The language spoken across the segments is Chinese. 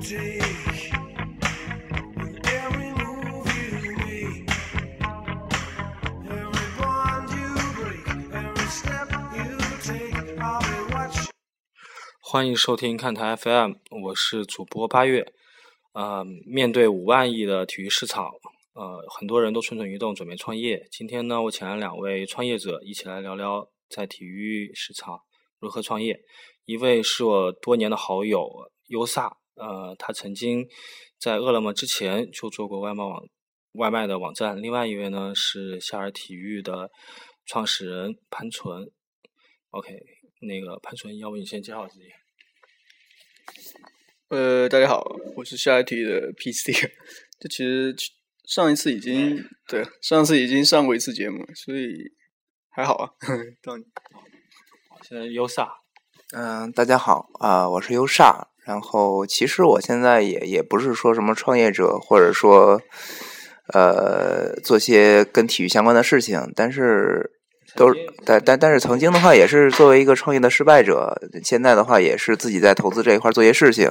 take with every move you make, every bond you break, every step you take. I'll be watching. 欢迎收听看台 FM，我是主播八月。呃，面对五万亿的体育市场，呃，很多人都蠢蠢欲动，准备创业。今天呢，我请来两位创业者，一起来聊聊在体育市场如何创业。一位是我多年的好友优萨，呃，他曾经在饿了么之前就做过外卖网外卖的网站。另外一位呢是夏尔体育的创始人潘纯。OK，那个潘纯，要不你先介绍自己？呃，大家好，我是下一题的 PC。这其实其上一次已经对上次已经上过一次节目，所以还好啊。到你，现在优萨，嗯，大家好啊、我是优煞。然后其实我现在也也不是说什么创业者，或者说呃做些跟体育相关的事情，但是都曾经但但但是曾经的话也是作为一个创业的失败者，现在的话也是自己在投资这一块做些事情。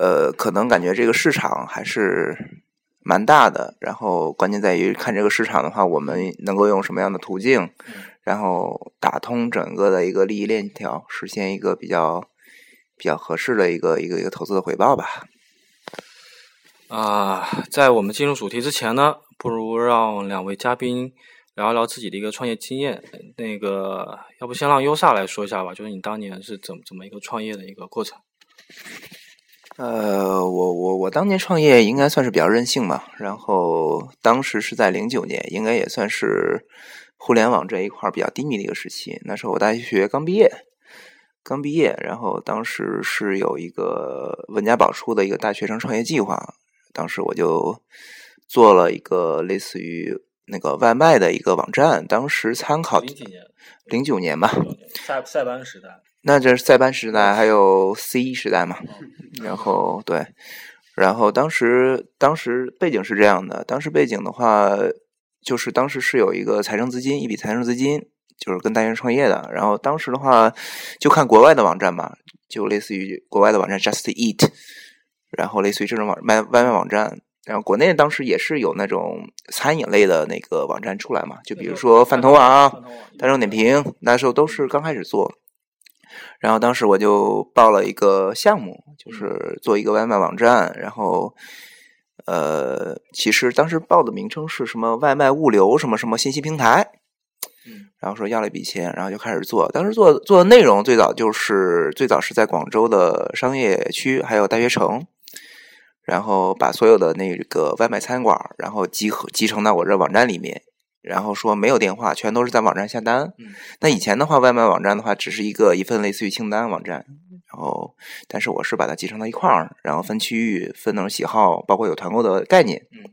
呃，可能感觉这个市场还是蛮大的，然后关键在于看这个市场的话，我们能够用什么样的途径，然后打通整个的一个利益链条，实现一个比较比较合适的一个一个一个投资的回报吧。啊、在我们进入主题之前呢，不如让两位嘉宾聊一聊自己的一个创业经验。那个，要不先让优萨来说一下吧，就是你当年是怎么怎么一个创业的一个过程？呃，我我我当年创业应该算是比较任性吧，然后当时是在零九年，应该也算是互联网这一块儿比较低迷的一个时期。那时候我大学刚毕业，刚毕业，然后当时是有一个文家宝出的一个大学生创业计划，当时我就做了一个类似于那个外卖的一个网站，当时参考零几年，零九年吧，塞塞班时代，那这是塞班时代，还有 C 一时代嘛。然后对，然后当时当时背景是这样的，当时背景的话，就是当时是有一个财政资金，一笔财政资金，就是跟大学生创业的。然后当时的话，就看国外的网站吧，就类似于国外的网站 Just Eat，然后类似于这种网卖外卖网站。然后国内当时也是有那种餐饮类的那个网站出来嘛，就比如说饭饭桶网、大众众点，评那时候都是刚开始做，然后当时我就报了一个项目，就是做一个外卖网站，然后呃，其实当时报的名称是什么外卖物流什么什么信息平台，然后说要了一笔钱，然后就开始做。当时做做的内容最早就是最早是在广州的商业区，还有大学城，然后把所有的那个外卖餐馆，然后集合集成到我这网站里面，然后说没有电话，全都是在网站下单。嗯那以前的话，外卖网站的话只是一个一份类似于清单网站，然后但是我是把它集成到一块儿，然后分区域、分那种喜好，包括有团购的概念。嗯。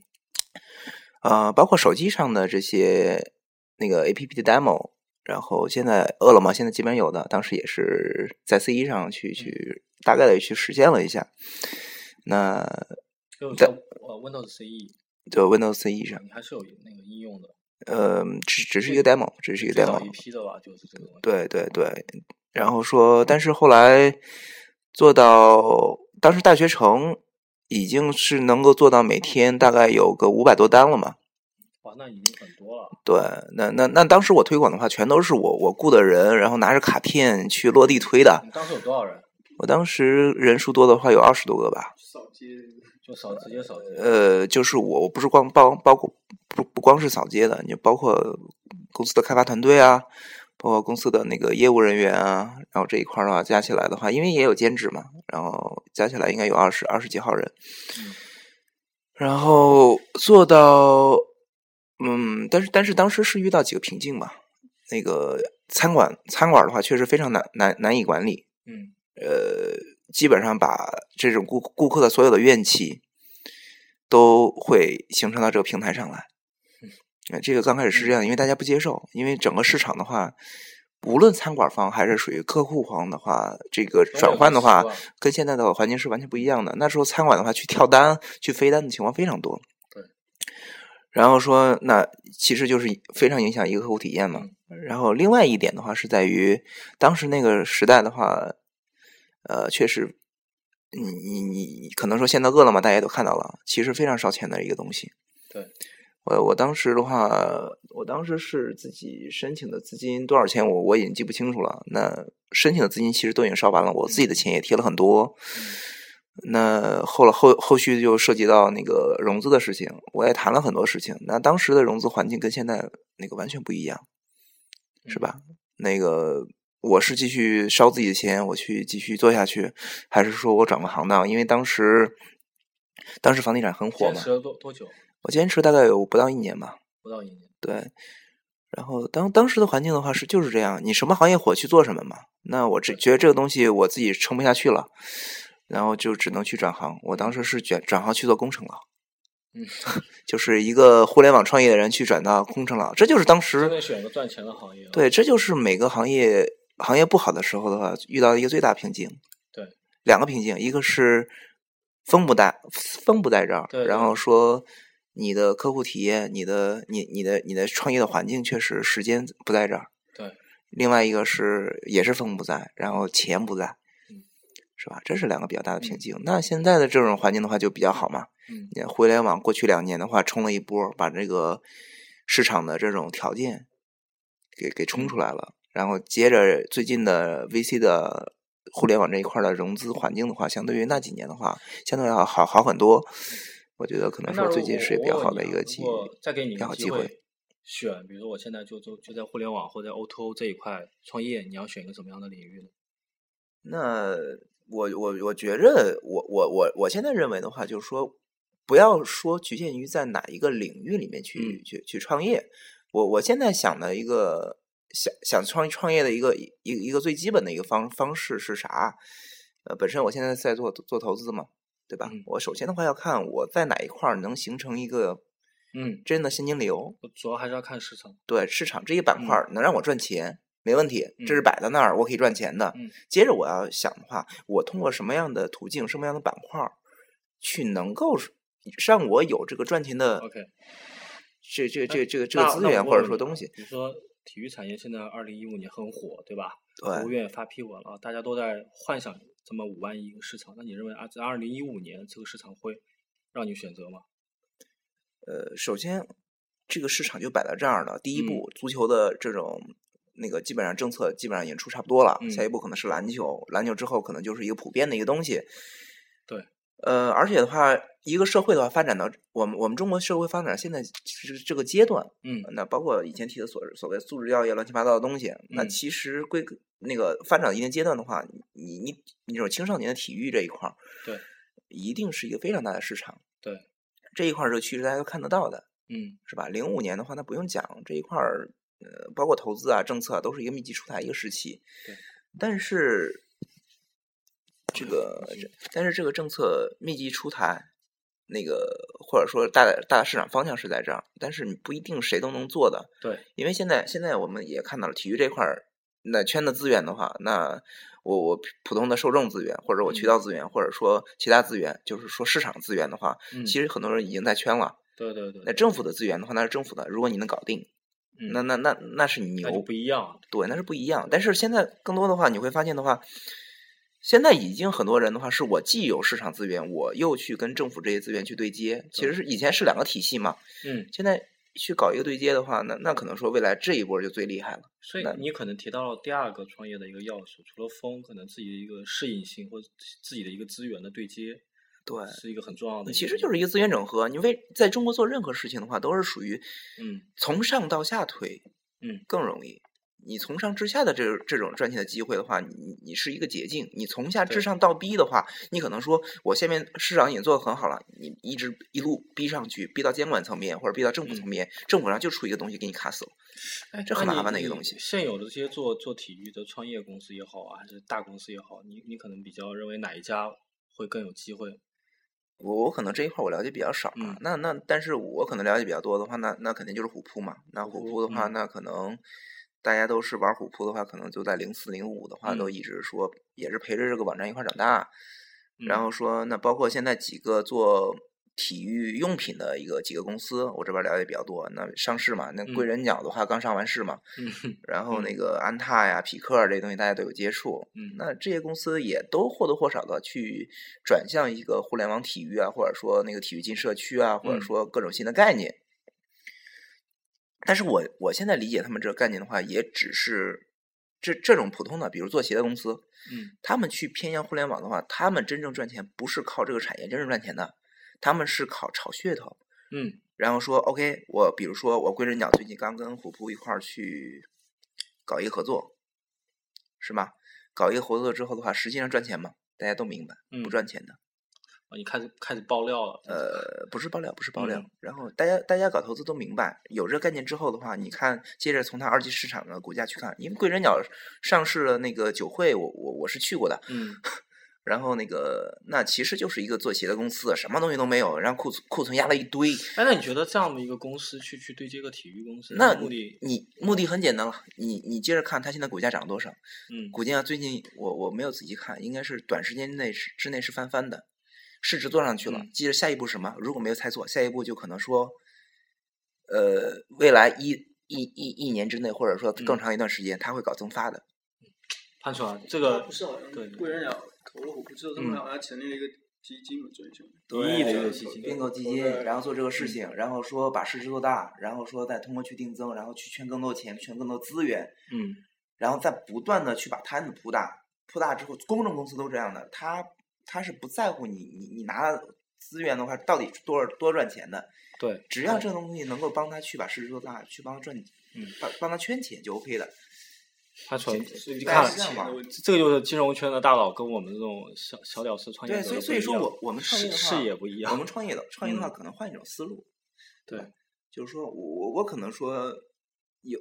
呃，包括手机上的这些那个 A P P 的 demo，然后现在饿了么现在基本有的，当时也是在 C 一上嗯去去大概的去实现了一下。那就是在呃 Windows CE，就 Windows C 一上，你还是有那个应用的，呃，只只是一个 demo，只是一个最早 demo 一。批的吧，就是这个东西。对对对，然后说，但是后来做到当时大学城已经是能够做到每天大概有个五百多单了嘛。哇，那已经很多了。对，那那那当时我推广的话，全都是我我雇的人，然后拿着卡片去落地推的。你当时有多少人？我当时人数多的话有二十多个吧，扫街。就扫直接扫街。呃，就是我我不是光包包括不不光是扫街的，你包括公司的开发团队啊，包括公司的那个业务人员啊，然后这一块儿的话加起来的话，因为也有兼职嘛，然后加起来应该有二十二十几号人，然后做到嗯，但是但是当时是遇到几个瓶颈吧，那个餐馆餐馆的话确实非常难难难以管理，嗯，呃，基本上把这种顾顾客的所有的怨气都会形成到这个平台上来。嗯呃这个刚开始是这样的，因为大家不接受，因为整个市场的话，无论餐馆方还是属于客户方的话，这个都有转这换的习话惯，跟现在的环境是完全不一样的。那时候餐馆的话，去跳单、去飞单的情况非常多。对。然后说，那其实就是非常影响一个客户体验嘛。然后另外一点的话，是在于当时那个时代的话，呃，确实你你你可能说现在饿了么大家也都看到了，其实非常烧钱的一个东西。对，呃我我当时的话，我当时是自己申请的资金多少钱我，我已经记不清楚了。那申请的资金其实都已经烧完了，我自己的钱也贴了很多。那后来后后续就涉及到那个融资的事情，我也谈了很多事情。那当时的融资环境跟现在那个完全不一样，是吧？那个我是继续烧自己的钱，我去继续做下去，还是说我转个行当？因为当时当时房地产很火坚嘛持，了多多久？我坚持大概有不到一年吧。不到一年。对，然后当当时的环境的话是就是这样，你什么行业火去做什么嘛。那我只觉得这个东西我自己撑不下去了，然后就只能去转行。我当时是转转行去做工程了，嗯， 就是一个互联网创业的人去转到工程了，这就是当时真得选个赚钱的行业。，对，这就是每个行业行业不好的时候的话，遇到一个最大瓶颈。对，两个瓶颈，一个是风不带风不带这儿，对然对后说你的客户体验、你的你你的你的创业的环境确实时间不在这儿。对，另外一个是也是风不在，然后钱不在嗯。是吧？这是两个比较大的瓶颈。那现在的这种环境的话，就比较好嘛。嗯，你看互联网过去两年的话，冲了一波，把这个市场的这种条件给给冲嗯出来了。然后接着最近的 VC 的互联网这一块儿的融资环境的话，相对于那几年的话，相对要好好很多。我觉得可能那说如最果近是我比较问好你的啊一个如机果再给你一比个较好机机会。选，比如说我现在就就就在互联网或者 O to O 这一块创业，你要选一个什么样的领域呢？那我我我觉着，我我我我现在认为的话，就是说，不要说局限于在哪一个领域里面去、嗯去去创业。我我现在想的一个想想创创业的一个一一个最基本的一个方方式是啥？呃，本身我现在在做做投资嘛，对吧？嗯我首先的话要看我在哪一块儿能形成一个嗯，真的现金流，我主要还是要看市场。对市场这一板嗯块儿能让我赚钱，没问题，这是嗯摆在那儿，我可以赚钱的。嗯接着我要想的话，我通过什么样的途径、什么样的板块儿，去能够是让我有这个赚钱的 OK，这这这这个这那个资那我源问或者你说啊东西，比如说体育产业现在二零一五年很火，对吧？国务对，院也发批文了，大家都在幻想这么五万亿一个市场。那你认为啊，在二零一五年这个市场会让你选择吗？呃，首先这个市场就摆到这儿了。第嗯一步，足球的这种。那个基本上政策基本上已经出差不多了，嗯下一步可能是篮球，篮球之后可能就是一个普遍的一个东西。对，呃，而且的话，一个社会的话发展到我们我们中国社会发展现在这这个阶段，嗯那包括以前提的所所谓素质教育乱七八糟的东西，那嗯其实归根那个发展到一定阶段的话，你你你这种青少年的体育这一块儿，对，一定是一个非常大的市场，对，这一块儿这个趋势大家都看得到的，嗯是吧？零五年的话，那不用讲这一块儿，呃，包括投资啊、政策啊，都是一个密集出台一个时期对。但是这个，嗯这但是这个政策密集出台，那个或者说大的大的市场方向是在这儿，但是你不一定谁都能做的。对，因为现在现在我们也看到了体育这块儿，那圈的资源的话，那我我普通的受众资源，或者我渠嗯道资源，或者说其他资源，就是说市场资源的话，嗯，其实很多人已经在圈了。对对对，那政府的资源的话，那是政府的，如果你能搞定，嗯那那那那是你那就牛不，一样了。对，那是不一样。但是现在更多的话，你会发现的话，现在已经很多人的话，是我既有市场资源，我又去跟政府这些资源去对接，其实是以前是两个体系嘛，嗯，现在去搞一个对接的话，那那可能说未来这一波就最厉害了。所以那你可能提到了第二个创业的一个要素，除了风，可能自己的一个适应性或者自己的一个资源的对接对，是一个很重要的一个。其实就是一个资源整合。你为在中国做任何事情的话，都是属于嗯从上到下推，嗯，更容易。你从上至下的这这种赚钱的机会的话，你你你是一个捷径。你从下至对上倒逼的话，你可能说我下面市场已经做得很好了，你一直一路逼上去，逼到监管层面或者逼到政嗯府层面，政府上就出一个东西给你卡死了。哎这那很麻你烦的一个你东西现有的这些做做体育的创业公司也好啊，还是大公司也好，你你可能比较认为哪一家会更有机会？我我可能这一块儿我了解比较少啊，嗯那那但是我可能了解比较多的话，那那肯定就是虎扑嘛。那虎虎扑扑的话，嗯那可能大家都是玩虎扑的话，可能就在零四零五的话，都嗯一直说也是陪着这个网站一块儿长大。嗯然后说，那包括现在几个做体育用品的一个几个公司，我这边了解比较多。那上市嘛，那贵人鸟的话刚上完市嘛，嗯然后那个安踏呀、匹克啊这些东西大家都有接触。嗯那这些公司也都或多或少的去转向一个互联网体育啊，或者说那个体育进社区啊，或者嗯说各种新的概念。但是我我现在理解他们这个概念的话，也只是这这种普通的，比如做鞋的公司，嗯他们去偏向互联网的话，他们真正赚钱不是靠这个产业真正赚钱的，他们是靠炒噱头。嗯然后说 OK，我比如说我归人鸟最近刚跟虎扑一块儿去搞一个合作，是吗？搞一个合作之后的话，实际上赚钱吗？大家都明白，嗯，不赚钱的。哦。你开始开始爆料了。呃，不是爆料，不是爆料。嗯然后大家大家搞投资都明白，有这个概念之后的话，你看，接着从它二级市场的股价去看，因为贵人鸟上市了那个酒会，我我我是去过的，嗯然后那个，那其实就是一个做鞋的公司，什么东西都没有，然后库存库存压了一堆。哎，那你觉得这样的一个公司去去对接个体育公司，那呃目的，你目的很简单了，你你接着看它现在股价涨了多少？嗯股价最近我我没有仔细看，应该是短时间内是之内是翻番的，市值做上去了。嗯接着下一步是什么？如果没有猜错，下一步就可能说，呃，未来一一一一年之内，或者说更嗯长一段时间，它会搞增发的。潘川，这个不是好像对贵人鸟投了虎扑之后，他嗯们好像成立了一个基金嘛，专门一亿的一个基金并购基金，然后做这个事情，然后说把市值做大，然后说再通过去定增，然后去圈更多钱，圈更多资源，嗯然后再不断的去把摊子铺大，铺大之后，公众公司都这样的，他他是不在乎你你你拿资源的话到底多少多赚钱的，对，只要对这个东西能够帮他去把市值做大，去帮他赚，嗯帮帮他圈钱就 OK 的。潘川，这你这看这样吧这这个就是金融圈的大佬跟我们这种小小屌丝创业对，者所以就所以不一说样我我们创业视的视话野不一我样们，创业的创业的话，嗯可能换一种思路。对吧，就是说我我我可能说有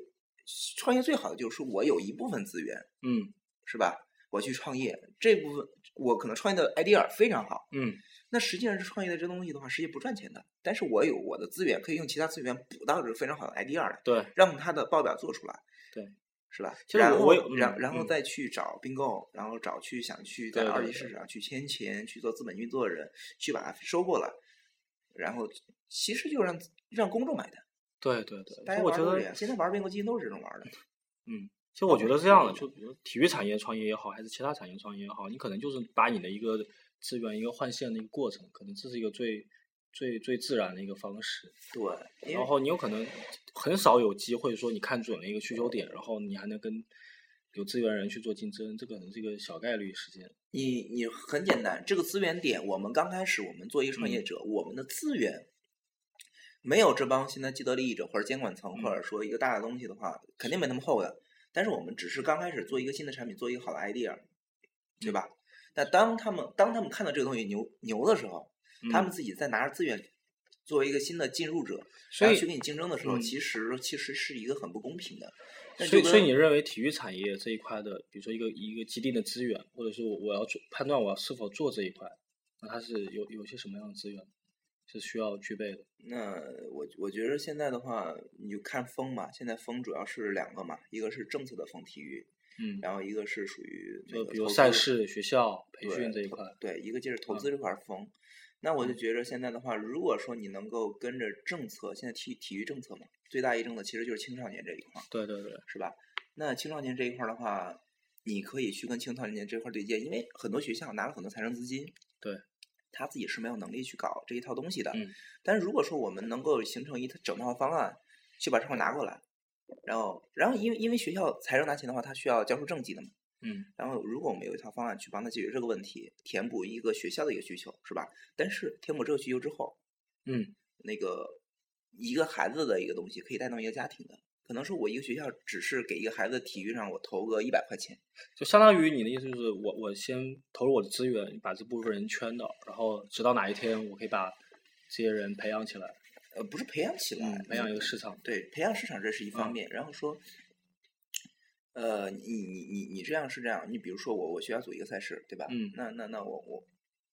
创业最好的就是说我有一部分资源嗯是吧？我去创业这部分，我可能创业的 idea 非常好，嗯那实际上是创业的这东西的话，实际不赚钱的。但是我有我的资源，可以用其他资源补到这个非常好的 idea 来，对，让它的报表做出来。对。是吧？其实然我后我有然嗯然后嗯再去找并购，然后找去想去对在对二级对市场去圈钱，去做资本运作的人，去把它收购了，然后其实就让让公众买单。对对对，大就家我玩觉儿都得是这样，现在玩并购基金都是这种玩儿的。其实我觉得是这样的，嗯就比如体育产业创业也好，还是其他产业创业也好，你可能就是把你的一个资源一个换线的一个过程，可能这是一个最最最自然的一个方式。对，因然为后你有可能很少有机会说你看准了一个需求点，然后你还能跟有资源人去做竞争，这可能是一个小概率事件。你你很简单，这个资源点，我们刚开始我们做一个创嗯业者，我们的资源没有这帮现在既得利益者或者监管层嗯或者说一个大的东西的话，肯定没那么厚的。但是我们只是刚开始做一个新的产品，做一个好的 idea，对嗯吧？那当他们当他们看到这个东西牛牛的时候，他嗯们自己再拿着资源作为一个新的进入者，所然以后去跟你竞争的时候，嗯其实其实是一个很不公平的。那所以，就所以跟你认为体育产业这一块的，比如说一个一个既定的资源，或者是我我要做判断我是否做这一块，那它是有有些什么样的资源是需要具备的？那我我觉得现在的话，你就看风嘛。现在风主要是两个嘛，一个是政策的风体育，嗯，然后一个是属于那就个比如投赛资事、学校培对训这一投块，对，一个就是投嗯资这块儿风。那我就觉得现在的话，如果说你能够跟着政策，现在体体育政策嘛，最大一政策其实就是青少年这一块儿，对对对，是吧？那青少年这一块儿的话，你可以去跟青少年这块儿对接，因为很多学校拿了很多财政资金，对，他自己是没有能力去搞这一套东西的。嗯但是如果说我们能够形成一整套方案，去把这块儿拿过来，然后，然后因为因为学校财政拿钱的话，他需要交出政绩的嘛。嗯然后，如果我们有一套方案去帮他解决这个问题，填补一个学校的一个需求，是吧？但是填补这个需求之后，嗯那个一个孩子的一个东西可以带动一个家庭的。可能说我一个学校只是给一个孩子体育上我投个一百块钱，就相当于你的意思就是我我先投入我的资源，把这部分人圈到，然后直到哪一天我可以把这些人培养起来，呃，不是培养起来嗯，，培养一个市场，对，培养市场这是一方嗯面，然后说，呃，你你你你这样是这样，你比如说我我学校组一个赛事，对吧？嗯那那那我我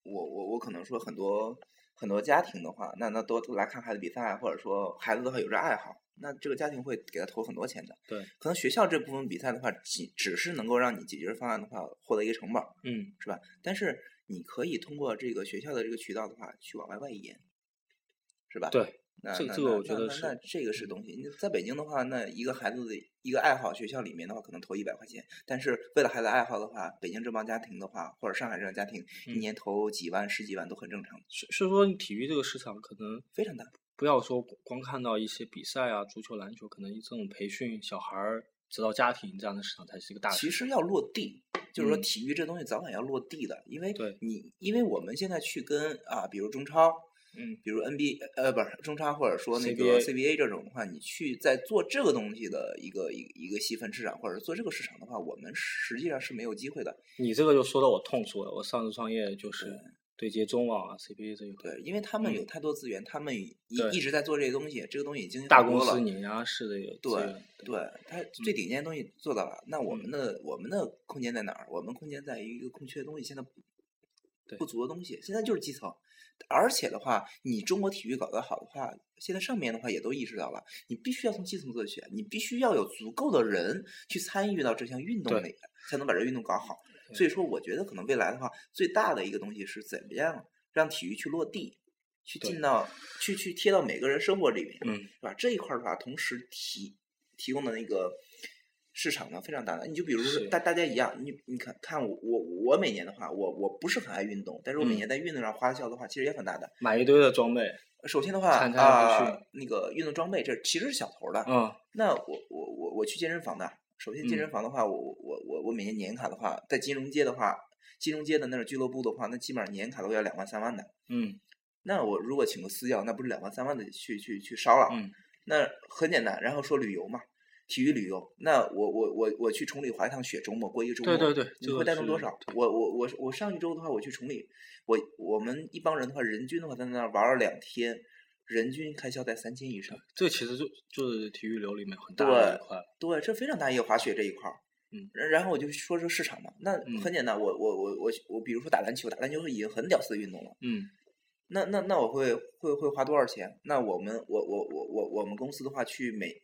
我我我可能说很多很多家庭的话，那那都来看孩子比赛，啊或者说孩子的话有这爱好，那这个家庭会给他投很多钱的。对，可能学校这部分比赛的话，只只是能够让你解决方案的话获得一个成本儿，嗯是吧？但是你可以通过这个学校的这个渠道的话，去往外外延。是吧？对，那这那这个那我觉那得那是嗯那这个是东西。你在北京的话，那一个孩子的一个爱好，学校里面的话可能投一百块钱，但是为了孩子爱好的话，北京这帮家庭的话，或者上海这种家庭，一嗯年投几万、十几万都很正常，是是说体育这个市场可能非常大。不要说光看到一些比赛啊，足球、篮球，可能这种培训小孩儿直到家庭这样的市场才是一个大其市场。实要落地，就是说嗯体育这东西早晚要落地的，因为对你因为我们现在去跟啊，比如中超，嗯，比如 NBA 呃不是中超或者说那个 CBA CBA 这种的话，你去在做这个东西的一个一个一个细分市场或者做这个市场的话，我们实际上是没有机会的。你这个就说到我痛处了。我上次创业就是对接中网啊、CBA 这一块，对，因为他嗯们有太多资源，他们一对一直在做这些东西，这个东西已经大很多公司了碾压式的有资对源对，它嗯最顶尖的东西做到了。那我们的我们的空间在哪儿？我们空间在于一个空缺的东西，现在不对不足的东西，现在就是基层。而且的话，你中国体育搞得好的话，现在上面的话也都意识到了，你必须要从基层做起，你必须要有足够的人去参与到这项运动对里面，才能把这运动搞好。所以说，我觉得可能未来的话，最大的一个东西是怎么样让体育去落地，去对进到去去贴到每个人生活里面。嗯，对吧？这一块儿的话，同时提提供的那个市场呢非常大的。你就比如说是大大家一样，你你看看我我我每年的话，我我不是很爱运动，但是我每嗯年在运动上花销的话，其实也很大的。买一堆的装备，首先的话参加啊、培训那个运动装备这其实是小头儿的。嗯，那我我我我去健身房的，首先健身嗯房的话，我我我我每年年卡的话，在金融街的话，金融街的那种俱乐部的话，那基本上年卡都要两万三万的。嗯那我如果请个私教，那不是两万三万的去去去烧了？嗯，那很简单。然后说旅游嘛，体育旅游。那我我我我去崇礼滑一趟雪，周末过一个周末，对对对，你这会个带动多是少？我我我我上一周的话，我去崇礼，我我们一帮人的话，人均的话在那儿玩了两天，人均开销在三千以上。这其实就就是体育流里面很大的对一块。对，这非常大一个滑雪这一块儿。嗯然，然后我就说说市场嘛，那嗯很简单，我我我我我，比如说打篮球，打篮球已经很屌丝的运动了。嗯，那那那我会会会花多少钱？那我们我我我我我们公司的话，去每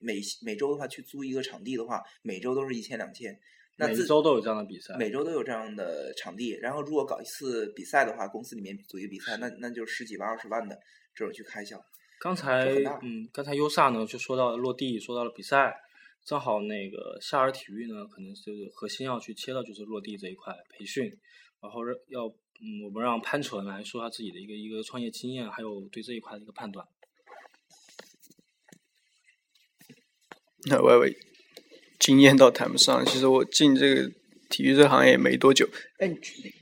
每每周的话去租一个场地的话，每周都是一千两千。那每自周都有这样的比赛。每周都有这样的场地，然后如果搞一次比赛的话，公司里面组一个比赛，那那就是十几万、二十万的这种去开销。刚才很大嗯，刚才优萨呢就说到了落地，说到了比赛，正好那个夏尔体育呢，可能就是核心要去切到就是落地这一块培训，然后让要嗯，我们让潘纯来说他自己的一个一个创业经验，还有对这一块的一个判断。 那我也经验倒谈不上。其实我进这个体育这行业也没多久。哎，你去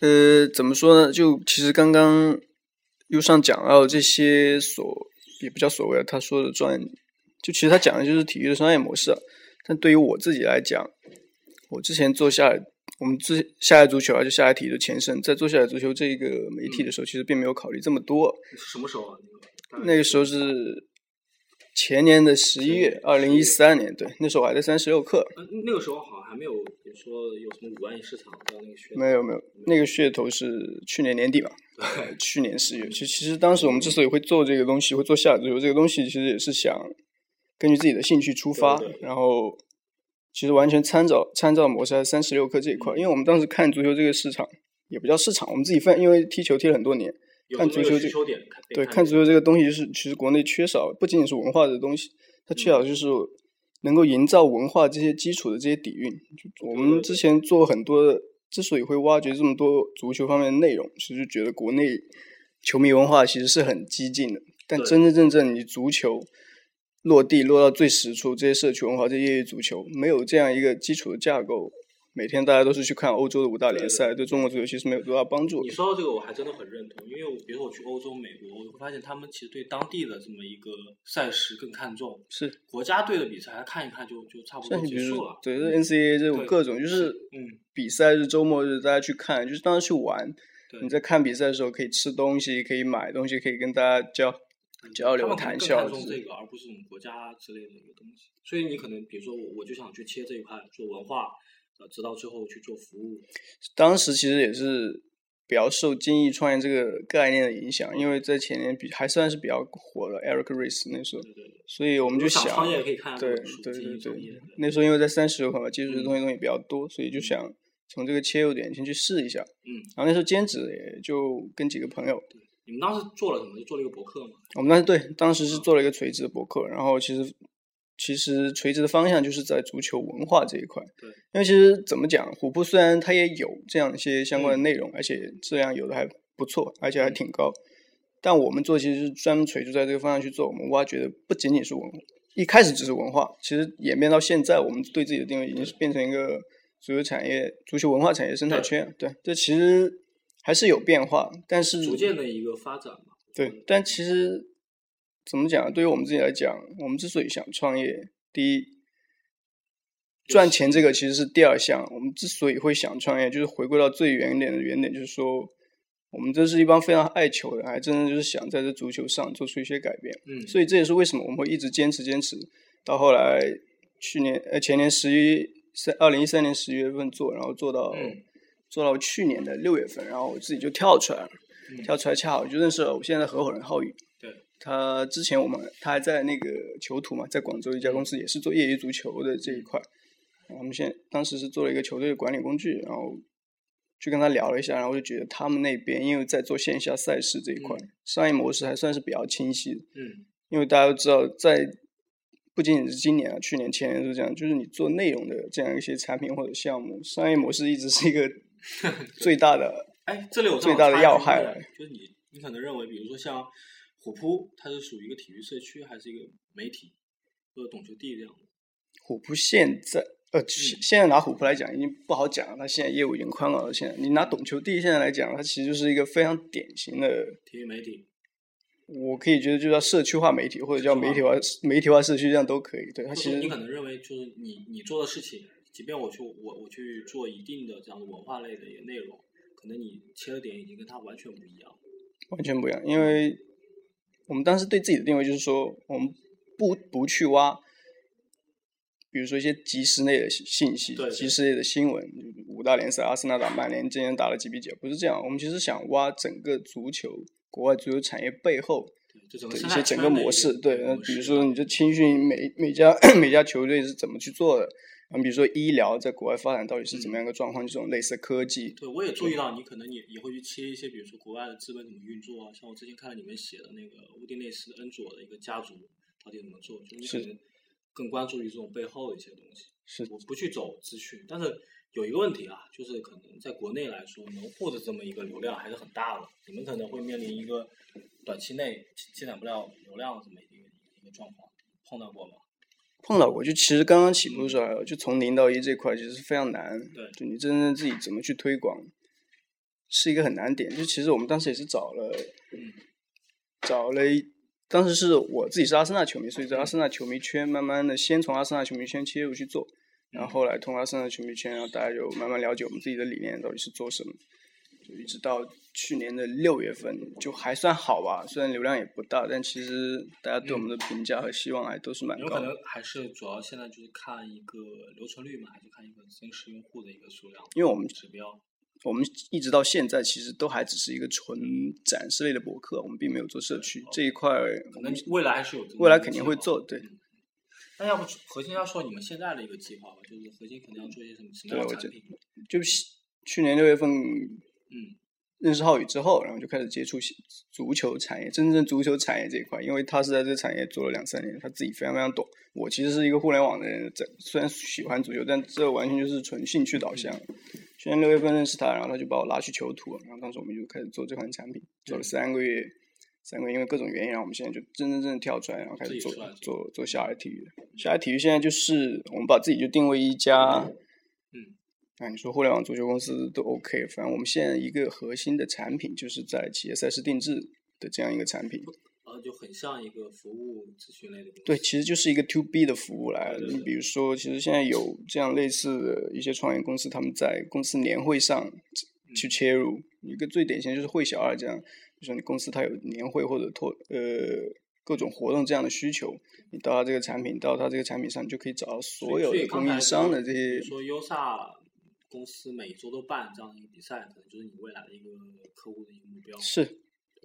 呃，怎么说呢？就其实刚刚又上讲到这些所也不叫所谓啊，他说的专，就其实他讲的就是体育的商业模式啊。但对于我自己来讲，我之前做下来，我们之下来足球啊，就下来体育的前身，在做下来足球这个媒体的时候，其实并没有考虑这么多。是什么时候啊？那个时候是前年的十一月，二零一三年，对，那时候我还在三十六课，呃那个时候好像还没有，比如说有什么五万亿市场到那个学，没有没有，那个噱头是去年年底嘛，呃去年十月。其其实当时我们之所以会做这个东西，会做下足球这个东西，其实也是想根据自己的兴趣出发，对对然后其实完全参照参照模式还是三十六课这一块，因为我们当时看足球这个市场。也不叫市场，我们自己分，因为踢球踢了很多年，有看这么足一个需球这求点，看被对，看看见足球这个东西是其实国内缺少，不仅仅是文化的东西，它嗯缺少就是能够营造文化这些基础的这些底蕴。就我对对们对之前做很多的，之所以会挖掘这么多足球方面的内容，其实就觉得国内球迷文化其实是很激进的，但对真真正正你足球。落地落到最实处，这些社区文化、这些业余足球没有这样一个基础的架构，每天大家都是去看欧洲的五大对对联赛，对中国足球其实没有多大帮助。你说到这个，我还真的很认同，因为我比如说我去欧洲、美国，我会发现他们其实对当地的这么一个赛事更看重，是，国家队的比赛看一看就就差不多像你结比如束说了。嗯对，这 NCAA 这种对各种就是嗯，比赛日、周末日大家去看，就是当时去玩。对，你在看比赛的时候可以吃东西，可以买东西，可以跟大家交。嗯交流他们可谈能更笑看重之这个，而不是这种国家之类的一个东西。所以你可能比如说我我就想去切这一块做文化，呃，直到最后去做服务。当时其实也是比较受“精益创业”这个概念的影响，因为在前年比还算是比较火的 Eric Ries 那时候，对对对，所以我我们就想想，创业可以看看这对本书对精益对创对业，对那时候因为在三十块嘛，接触的嗯东西东西比较多，所以就想从这个切入点先去试一下。嗯，然后那时候兼职也就跟几个朋友，你们当时做了什么？就做了一个博客嘛。我们当时对当时是做了一个垂直的博客，然后其实其实垂直的方向就是在足球文化这一块。对，因为其实怎么讲，虎扑虽然它也有这样一些相嗯关的内容，而且质量有的还不错，而且还挺高。但我们做其实是专门垂直在这个方向去做，我们挖掘的不仅仅是文化，一开始只是文化，其实演变到现在，我们对自己的定位已经是变成一个足球产业、足球文化产业生态对圈。对，这其实还是有变化，但是逐渐的一个发展嘛。嗯对，但其实怎么讲呢？对于我们自己来讲，我们之所以想创业，第一，赚钱这个其实是第二项。我们之所以会想创业，就是回归到最原点的原点，就是说，我们这是一帮非常爱球的，还真的就是想在这足球上做出一些改变。嗯，所以这也是为什么我们会一直坚持坚持到后来，去年呃前年十一三二零一三年十一月份做，然后做到、嗯做到去年的六月份，然后我自己就跳出来了，嗯跳出来恰好就认识了我现在的合伙人浩宇。对，他之前我们他还在那个囚徒嘛，在广州一家公嗯司也是做业余足球的这一块，然后我们现当时是做了一个球队的管理工具，然后去跟他聊了一下，然后就觉得他们那边因为在做线下赛事这一块，商业模式还算是比较清晰的。 嗯因为大家都知道，在不仅仅是今年啊，去年、前年都是这样，就是你做内容的这样一些产品或者项目，商业模式一直是一 个最大的。哎，这里我最大的正好插一句要害对了就是你，你可能认为，比如说像虎扑，它是属于一个体育社区，还是一个媒体或者懂球帝这样的？虎扑现在，呃，现现在拿虎扑来讲已经不好讲了，它现在业务已经宽广到现在。你拿懂球帝现在来讲，它其实就是一个非常典型的，体育媒体，我可以觉得就叫社区化媒体或者叫媒体化媒体化社区，这样都可以。对它就其是实你可能认为，就是你你做的事情，即便我去我我去做一定的这样的文化类的一个内容，可能你切的点已经跟它完全不一样了。完全不一样，因为我们当时对自己的定位就是说，我们不不去挖，比如说一些即时内的信信息对、对即时内的新闻，五大联赛阿森纳打曼联，今天打了几比几，不是这样。我们其实想挖整个足球，国外足球产业背后对，就整的个一生些态整圈个的一模式。对，那模比式如说你这青训每每家 每家球队是怎么去做的，然后比如说医疗在国外发展到底是嗯怎么样一个状况，这种类似科技，对，我也注意到你可能也也会去切一些，比如说国外的资本怎么运作啊，像我之前看了你们写的那个乌丁内斯恩佐的一个家族到底怎么做，就是你可是能更关注于这种背后的一些东西。是我不去走资讯，但是有一个问题啊，就是可能在国内来说，门户的这么一个流量还是很大的，你们可能会面临一个短期内积攒不了流量这么一个一个状况，碰到过吗？碰到过，就其实刚刚起步的时候，哎就从零到一这块，其实是非常难。对就你真正自己怎么去推广，是一个很难点。就其实我们当时也是找了，嗯找了一，当时是我自己是阿森纳球迷，所以在嗯阿森纳球迷圈慢慢的先从阿森纳球迷圈切入去做，然嗯后后来通过阿森纳球迷圈，然后大家就慢慢了解我们自己的理念到底是做什么。就一直到去年的六月份，就还算好吧，虽然流量也不大，但其实大家对我们的评价和希望还都是蛮嗯有高可的能。还是主要现在就是看一个留存率嘛，还是看一个真实用户的一个数量因为我们指标。我们一直到现在其实都还只是一个纯展示类的博客，我们并没有做社区这一块。可能未来还是有这个未来肯定计会划做对。嗯那要不核心要说你们现在的一个计划吧，就是核心可能要做一些什么什么样对的我产觉品？就是去年六月份嗯，认识浩宇之后，然后就开始接触足球产业，真正足球产业这一块，因为他是在这个产业做了两三年，他自己非常非常懂。我其实是一个互联网的人，在虽然喜欢足球，但这完全就是纯兴趣导向。嗯去年六月份认识他，然后他就把我拉去囚徒，然后当时我们就开始做这款产品，做了三个月。三个月因为各种原因，然后我们现在就真真正正跳出来，然后开自始己做出来做做做下海体育。下海体育现在就是我们把自己就定位一家，嗯，啊，你说互联网足球公司都 OK，反正我们现在一个核心的产品就是在企业赛事定制的这样一个产品。呃，就很像一个服务咨询类的公司。对，其实就是一个 to B 的服务来对了。对你对比如说，其实现在有这样类似的一些创业公司，他们在公司年会上嗯去切入，一个最典型就是会小二这样，就说你公司它有年会或者拓呃各种活动这样的需求，你到它这个产品，到它这个产品上，你就可以找到所有所以的刚供应才商的比这如些说优萨公司每周都办这样的一个比赛，可能就是你未来的一个客户的一个目标。是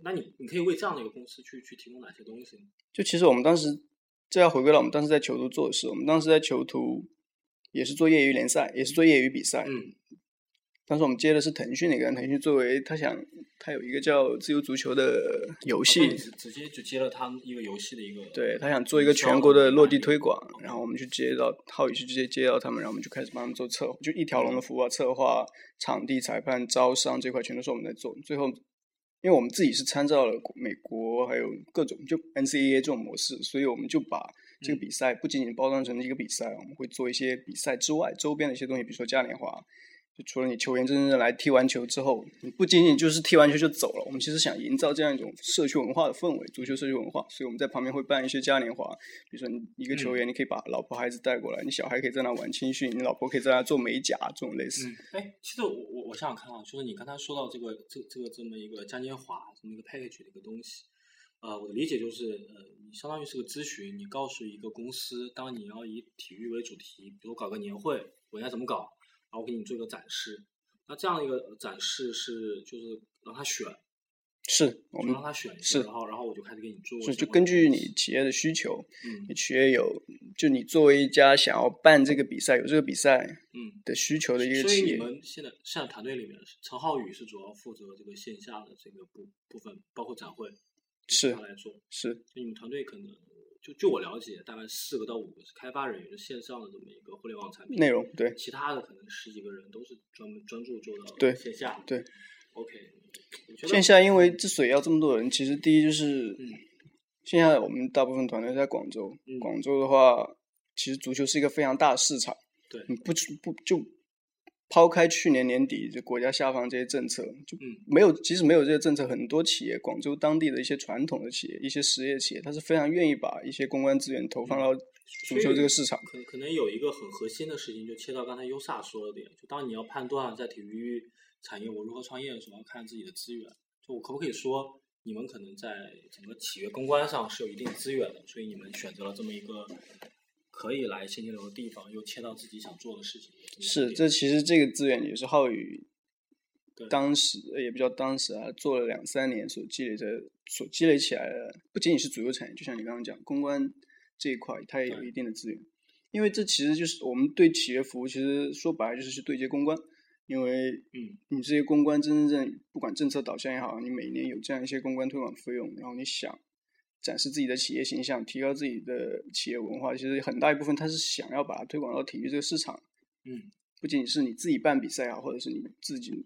那你你可以为这样的一个公司去去提供哪些东西呢？就其实我们当时，这要回归到我们当时在囚徒做的事。我们当时在囚徒也是做业余联赛，也是做业余比赛。嗯，当时我们接的是腾讯那个，腾讯作为他想他有一个叫自由足球的游戏，直接就接了他们一个游戏的一个对他想做一个全国的落地推广，然后我们就接到浩宇去直接接到他们，然后我们就开始帮他们做策，就一条龙的服务啊，策划、场地、裁判、招商这块全都是我们在做。最后，因为我们自己是参照了国美国还有各种就 NCAA 这种模式，所以我们就把这个比赛不仅仅包装成一个比赛，我们会做一些比赛之外周边的一些东西，比如说嘉年华。就除了你球员真正的来踢完球之后，你不仅仅就是踢完球就走了，我们其实想营造这样一种社区文化的氛围，足球社区文化。所以我们在旁边会办一些嘉年华，比如说你一个嗯球员，你可以把老婆孩子带过来，你小孩可以在那玩青训，你老婆可以在那做美甲，这种类似。哎，其实我我我想想看啊，就是你刚才说到这个这这个这么一个嘉年华这么一个 package 的一个东西，呃，我的理解就是，呃，你相当于是个咨询，你告诉一个公司，当你要以体育为主题，比如搞个年会，我应该怎么搞，然后我给你做一个展示。那这样一个展示是就是让他选，是我就们让他选一个，是然后然后我就开始给你做相关的东是西。就根据你企业的需求，嗯你企业有就你作为一家想要办这个比赛有这个比赛嗯，的需求的一个所以企你业，们现在现在团队里面，陈浩宇是主要负责这个线下的这个部部分，包括展会，是他来做。是就你们团队可能就就我了解，大概四个到五个是开发人员，就线上的这么一个互联网产品内容对。其他的可能十几个人都是专门专注做到对线下。对，OK，我觉得线下因为之所以要这么多人，其实第一就是嗯线下我们大部分团队在广州，嗯广州的话，其实足球是一个非常大的市场，对你不出不就抛开去年年底这国家下放这些政策，就嗯没有即使没有这些政策，很多企业，广州当地的一些传统的企业、一些实业企业，它是非常愿意把一些公关资源投放嗯到足球这个市场。可可能有一个很核心的事情，就切到刚才优萨说的点，就当你要判断在体育产业我如何创业的时候，要看自己的资源。就我可不可以说，你们可能在整个企业公关上是有一定资源的，所以你们选择了这么一个可以来现金流的地方，又切到自己想做的事情。是，这其实这个资源也是浩宇对当时呃也不叫当时啊，做了两三年所积累的、所积累起来的，不仅仅是足球产业，就像你刚刚讲公关这一块，它也有对一定的资源，因为这其实就是我们对企业服务，其实说白了就是去对接公关，因为嗯你这些公关真正正不管政策导向也好，你每年有这样一些公关推广费用，然后你想展示自己的企业形象，提高自己的企业文化，其实很大一部分他是想要把它推广到体育这个市场。嗯，不仅仅是你自己办比赛啊，或者是你自己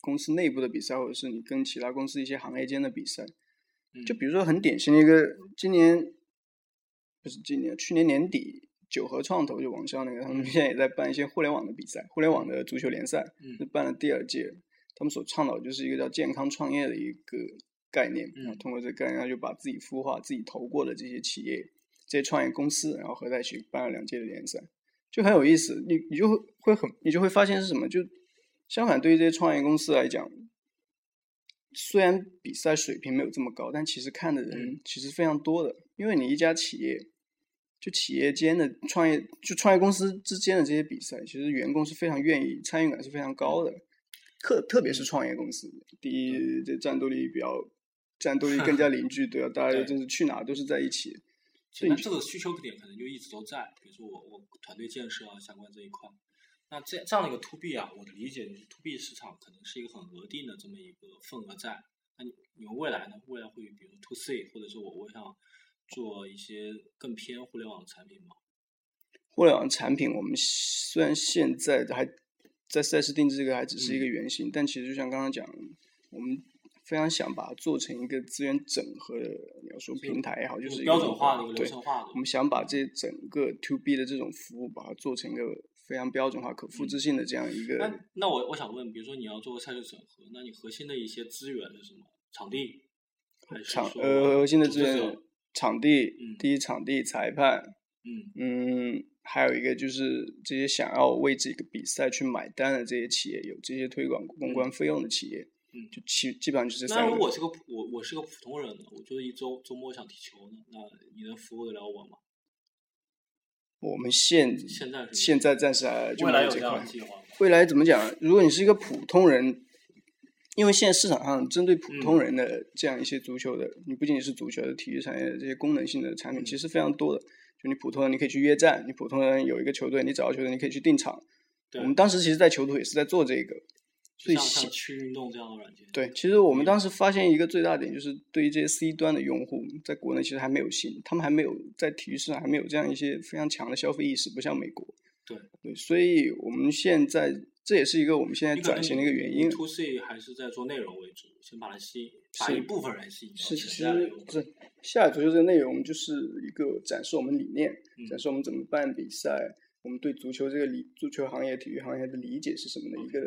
公司内部的比赛，或者是你跟其他公司一些行业间的比赛。就嗯比如说很典型的一个，今年不是今年，去年年底九合创投就王潇那个，他们 现在也在办一些互联网的比赛，互联网的足球联赛，嗯就办了第二届。他们所倡导就是一个叫健康创业的一个概念，然后嗯通过这个概念，他就把自己孵化、自己投过的这些企业、这些创业公司，然后合在一起办了两届的联赛。就很有意思，你你就会会很，你就会发现是什么？就相反，对于这些创业公司来讲，虽然比赛水平没有这么高，但其实看的人其实非常多的，因为你一家企业，就企业间的创业，就创业公司之间的这些比赛，其实员工是非常愿意，参与感是非常高的，嗯特特别是创业公司，嗯第一这战斗力比较，战斗力 更加凝聚，对吧、大家对就是去哪都是在一起，那这个需求点可能就一直都在，比如说我我团队建设啊相关这一块。那这这样的一个 to B 啊，我的理解就是 to B 市场可能是一个很额定的这么一个份额在。那你你们未来呢？未来会比如 to C，或者说我我想做一些更偏互联网的产品嘛？互联网产品，我们虽然现在还在赛事定制这个还只是一个嗯原型，但其实就像刚刚讲，我们非常想把它做成一个资源整合的，你要说平台也好，就是一个标准化的一个流对程化的我。们想把这整个 to B 的这种服务，把它做成一个非常标准化、可复制性的这样一个。嗯那那我我想问，比如说你要做个赛事整合，那你核心的一些资源是什么？场地？还是场说呃，核心的组资织者源，场地嗯，第一场地裁判，嗯嗯，还有一个就是这些想要为这个比赛去买单的这些企业，有这些推广公关费用的企业，嗯就基基本上就这那三如个。果是个普我我是个普通人呢，我就是一周周末想踢球呢，那你能服务得了我吗？我们现现在是现在暂时还就未没来有有这这样的块。计划吗？未来怎么讲？如果你是一个普通人，因为现在市场上针对普嗯通人的这样一些足球的，你不仅仅是足球的体育产业的这些功能性的产嗯品，其实非常多的。就你普通人，你可以去约战；你普通人有一个球队，你找到球队，你可以去定场。对我们当时其实，在球队也是在做这个，所以像系像去运动这样的软件，对，其实我们当时发现一个最大点，就是对于这些 C 端的用户，在国内其实还没有信，他们还没有在体育市场还没有这样一些非常强的消费意识，不像美国。对对，所以我们现在这也是一个我们现在你可能转型的一个原因。 To C 还是在做内容为主，先把它吸引，把是一部分人吸引到是，潜其在的实用户不是下足球这个内容，就是一个展示我们理念，嗯展示我们怎么办比赛，我们对足球这个理足球行业、体育行业的理解是什么的一个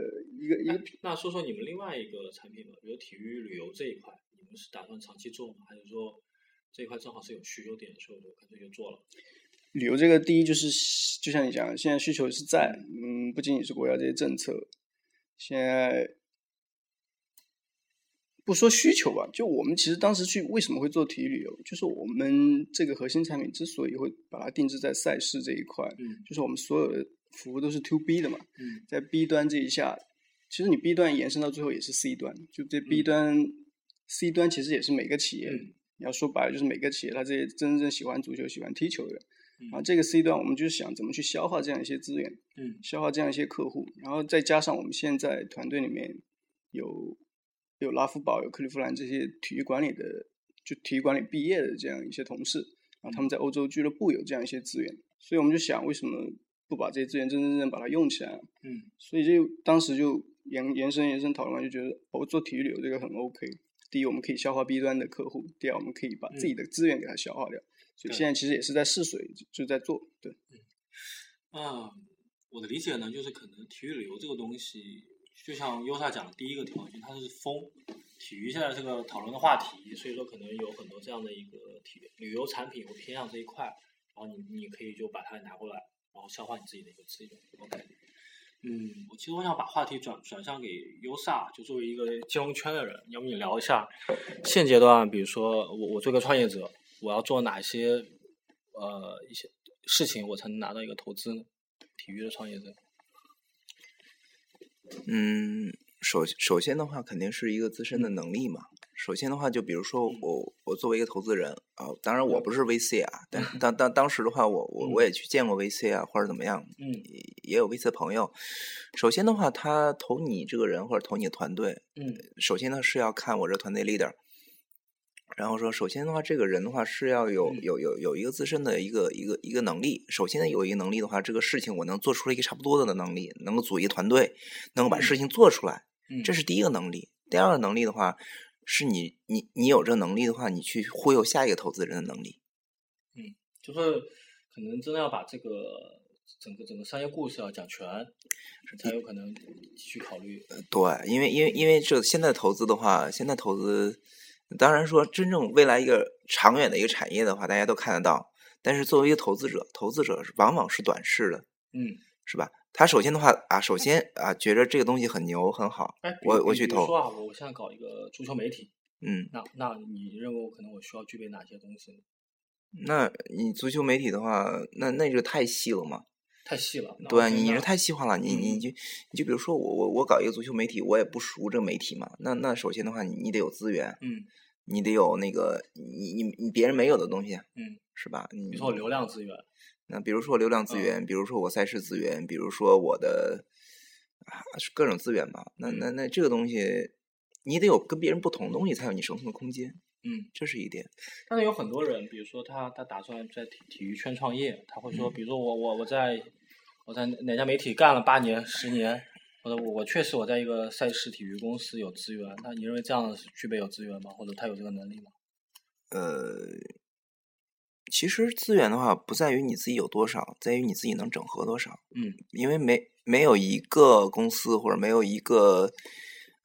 一个一个哎那说说你们另外一个产品吧，比如体育旅游这一块，你们是打算长期做吗？还是说这一块正好是有需求点，所以我就干脆就做了？旅游这个，第一就是就像你讲，现在需求是在，嗯，不仅仅是国家这些政策，现在不说需求吧，就我们其实当时去为什么会做体育旅游，就是我们这个核心产品之所以会把它定制在赛事这一块，嗯就是我们所有的服务都是 to B 的嘛，嗯在 B 端这一下，其实你 B 端延伸到最后也是 C 端，就这 B 端、C 端其实也是每个企业，嗯你要说白了就是每个企业他这些真正喜欢足球、喜欢踢球的人，嗯然啊后这个 C 端我们就是想怎么去消化这样一些资源，嗯消化这样一些客户，然后再加上我们现在团队里面有有拉夫堡、有克利夫兰这些体育管理的，就体育管理毕业的这样一些同事，然后他们在欧洲俱乐部有这样一些资源，所以我们就想为什么不把这些资源真真正正把它用起来？嗯所以就当时就延延伸延伸讨论完，就觉得哦，做体育旅游这个很 OK。第一，我们可以消化 B 端的客户；第二，我们可以把自己的资源给它消化掉。所对以现在其实也是在试水，就就在做。对，啊，我的理解呢，就是可能体育旅游这个东西，就像优萨讲的第一个条件，它是风，体育现在是个讨论的话题，所以说可能有很多这样的一个体旅游产品会偏向这一块，然后你你可以就把它拿过来，然后消化你自己的一个资源。OK，嗯，我其实我想把话题转转向给优萨，就作为一个金融圈的人，要不你聊一下现阶段，比如说我我做一个创业者，我要做哪些呃一些事情，我才能拿到一个投资呢？体育的创业者，嗯，首首先的话，肯定是一个自身嗯的能力嘛。首先的话，就比如说我我作为一个投资人啊、当然我不是 VC 啊，但嗯当当当时的话，我我我也去见过 VC 啊，或者怎么样，嗯也也有 VC 的朋友。首先的话，他投你这个人或者投你的团队，嗯首先呢是要看我这团队 leader，然后说，首先的话，这个人的话是要有嗯有有有一个自身的一个一个一个能力。首先呢，有一个能力的话，这个事情我能做出来一个差不多的能力，能够组一个团队，能够把嗯事情做出来，嗯，这是第一个能力。第二个能力的话，是你你你有这个能力的话，你去忽悠下一个投资人的能力。就是可能真的要把这个整个整个商业故事要讲全，你才有可能去考虑。呃对，因为因为因为这现在投资的话，现在投资，当然说真正未来一个长远的一个产业的话，大家都看得到。但是作为一个投资者，投资者是往往是短视的，嗯，是吧？他首先的话啊，首先啊，觉着这个东西很牛很好，哎，比我如我比去比投如说啊，我我现在搞一个足球媒体，嗯，那那你认为我可能我需要具备哪些东西呢？那你足球媒体的话，那那就太细了嘛，太细了。那我对，啊觉你得是太细化了，你嗯你就你就比如说我我我搞一个足球媒体，我也不熟这媒体嘛，那那首先的话，你你得有资源，嗯，你得有那个你你你别人没有的东西，嗯，是吧？你比如说我流量资源，那比如说我流量资嗯源，比如说我赛事资源，比如说我的啊是各种资源吧。那嗯那那这个东西，你得有跟别人不同的东西，才有你生存的空间。嗯，这是一点。但是有很多人，比如说他他打算在体体育圈创业，他会嗯说，比如说我我我在我在哪家媒体干了八年十年，或者我我确实我在一个赛事体育公司有资源，那你认为这样具备有资源吗？或者他有这个能力吗？呃，其实资源的话，不在于你自己有多少，在于你自己能整合多少。嗯，因为没没有一个公司或者没有一个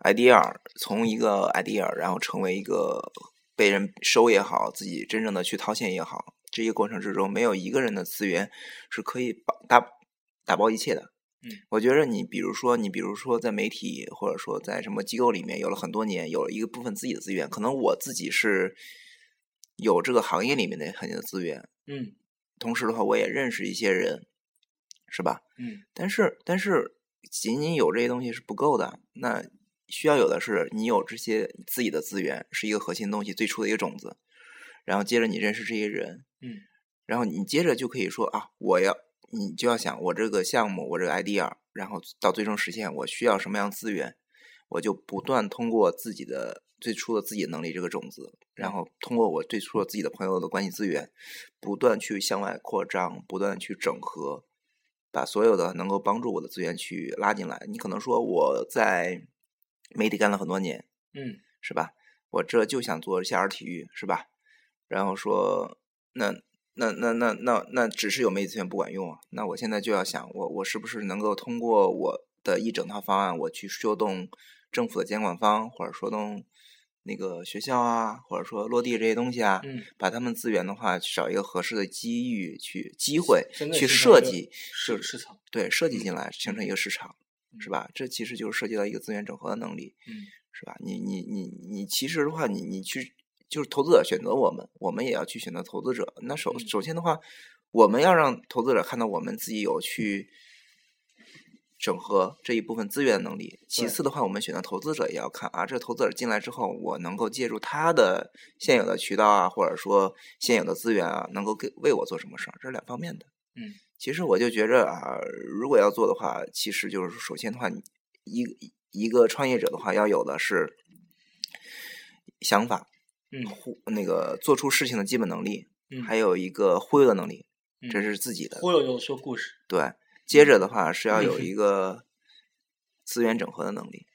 idea 从一个 idea 然后成为一个被人收也好，自己真正的去掏钱也好，这些过程之中，没有一个人的资源是可以把打打包一切的。嗯，我觉着你比如说你比如说在媒体或者说在什么机构里面有了很多年，有了一个部分自己的资源，可能我自己是有这个行业里面的很多资源，嗯同时的话我也认识一些人，是吧？嗯但是，但是仅仅有这些东西是不够的，那需要有的是你有这些自己的资源，是一个核心东西，最初的一个种子，然后接着你认识这些人，嗯，然后你接着就可以说啊，我要你就要想我这个项目，我这个 idea，然后到最终实现，我需要什么样资源，我就不断通过自己的最初的自己的能力这个种子，嗯然后通过我最初的自己的朋友的关系资源，不断去向外扩张，不断地去整合，把所有的能够帮助我的资源去拉进来。你可能说我在媒体干了很多年，嗯，是吧？我这就想做夏尔体育，是吧？然后说那那那那那那只是有媒体资源不管用啊。那我现在就要想，我我是不是能够通过我的一整套方案，我去说动政府的监管方，或者说动那个学校啊，或者说落地这些东西啊，嗯把他们资源的话，去找一个合适的机遇去机会真的去是找设一个计，市市场，对，设计进来形成一个市场，是吧？这其实就是涉及到一个资源整合的能力，嗯是吧？你你你你，其实的话，你你去就是投资者选择我们，我们也要去选择投资者。那首嗯首先的话，我们要让投资者看到我们自己有去整合这一部分资源的能力。其对次的话，我们选择投资者也要看啊，这投资者进来之后，我能够借助他的现有的渠道啊，或者说现有的资源啊，能够给为我做什么事儿，这是两方面的。嗯，其实我就觉着啊，如果要做的话，其实就是首先的话，你一一一个创业者的话，要有的是想法，嗯忽那个做出事情的基本能力，嗯，还有一个忽悠的能力，这嗯是自己的。忽悠悠说故事，对，接着的话是嗯要有一个资源整合的能力，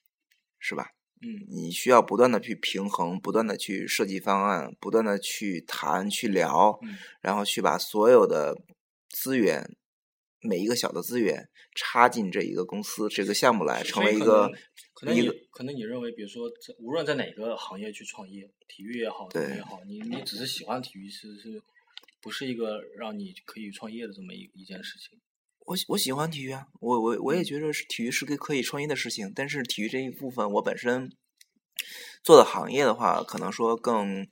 是吧？嗯你需要不断的去平衡，不断的去设计方案，不断的去谈、去聊，嗯然后去把所有的资源，每一个小的资源插进这一个公司、这个项目来，成所以为一可个能可能一你个可能你认为，比如说在，无论在哪个行业去创业，体育也好，什么对也好，你你只是喜欢体育，其实是不是一个让你可以创业的这么一一件事情？我喜我喜欢体育啊，我我我也觉得是体育是个可以创业的事情，但是体育这一部分我本身做的行业的话，可能说更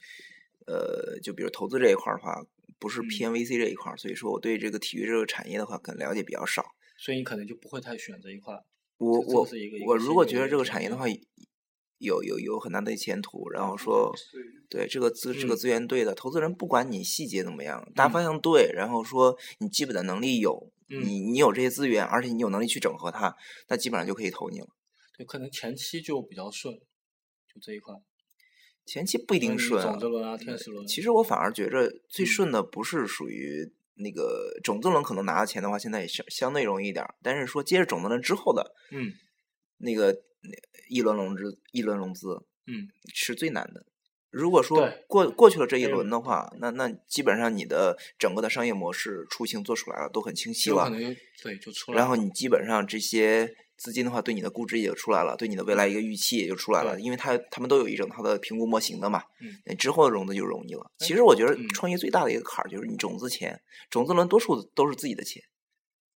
呃，就比如投资这一块儿的话，不是嗯偏 VC 这一块儿，所以说我对这个体育这个产业的话，可能了解比较少。所以你可能就不会太选择一块。我这这我是一个一我个如新果的觉一得个这个转产业的变话，有有有很大的前途，然后说对这个资这个嗯资源对的，投资人不管你细节怎么样，大嗯方向对，然后说你基本的能力有，嗯你你有这些资源，而且你有能力去整合它，那基本上就可以投你了。对，可能前期就比较顺，就这一块。前期不一一定顺啊种子轮啊，天使轮。其实我反而觉着最嗯顺的不是属于那个种子轮，可能拿的钱的话，现在也相相对容易一点儿，但是说接着种子轮之后的嗯那个那一轮融资，一轮融资，嗯，是最难的。如果说对过过去了这一对轮的话，那那基本上你的整个的商业模式雏形做出来了，都很清晰有可了。能就对就出来了。然后你基本上这些资金的话，对你的估值也就出来了，对你的未来一个预期也就出来了，对因为它他们都有一整套的评估模型的嘛。嗯那之后的融资就容易了。哎其实我觉得嗯创业最大的一个坎儿就是你种子钱，种子轮多数都是自己的钱，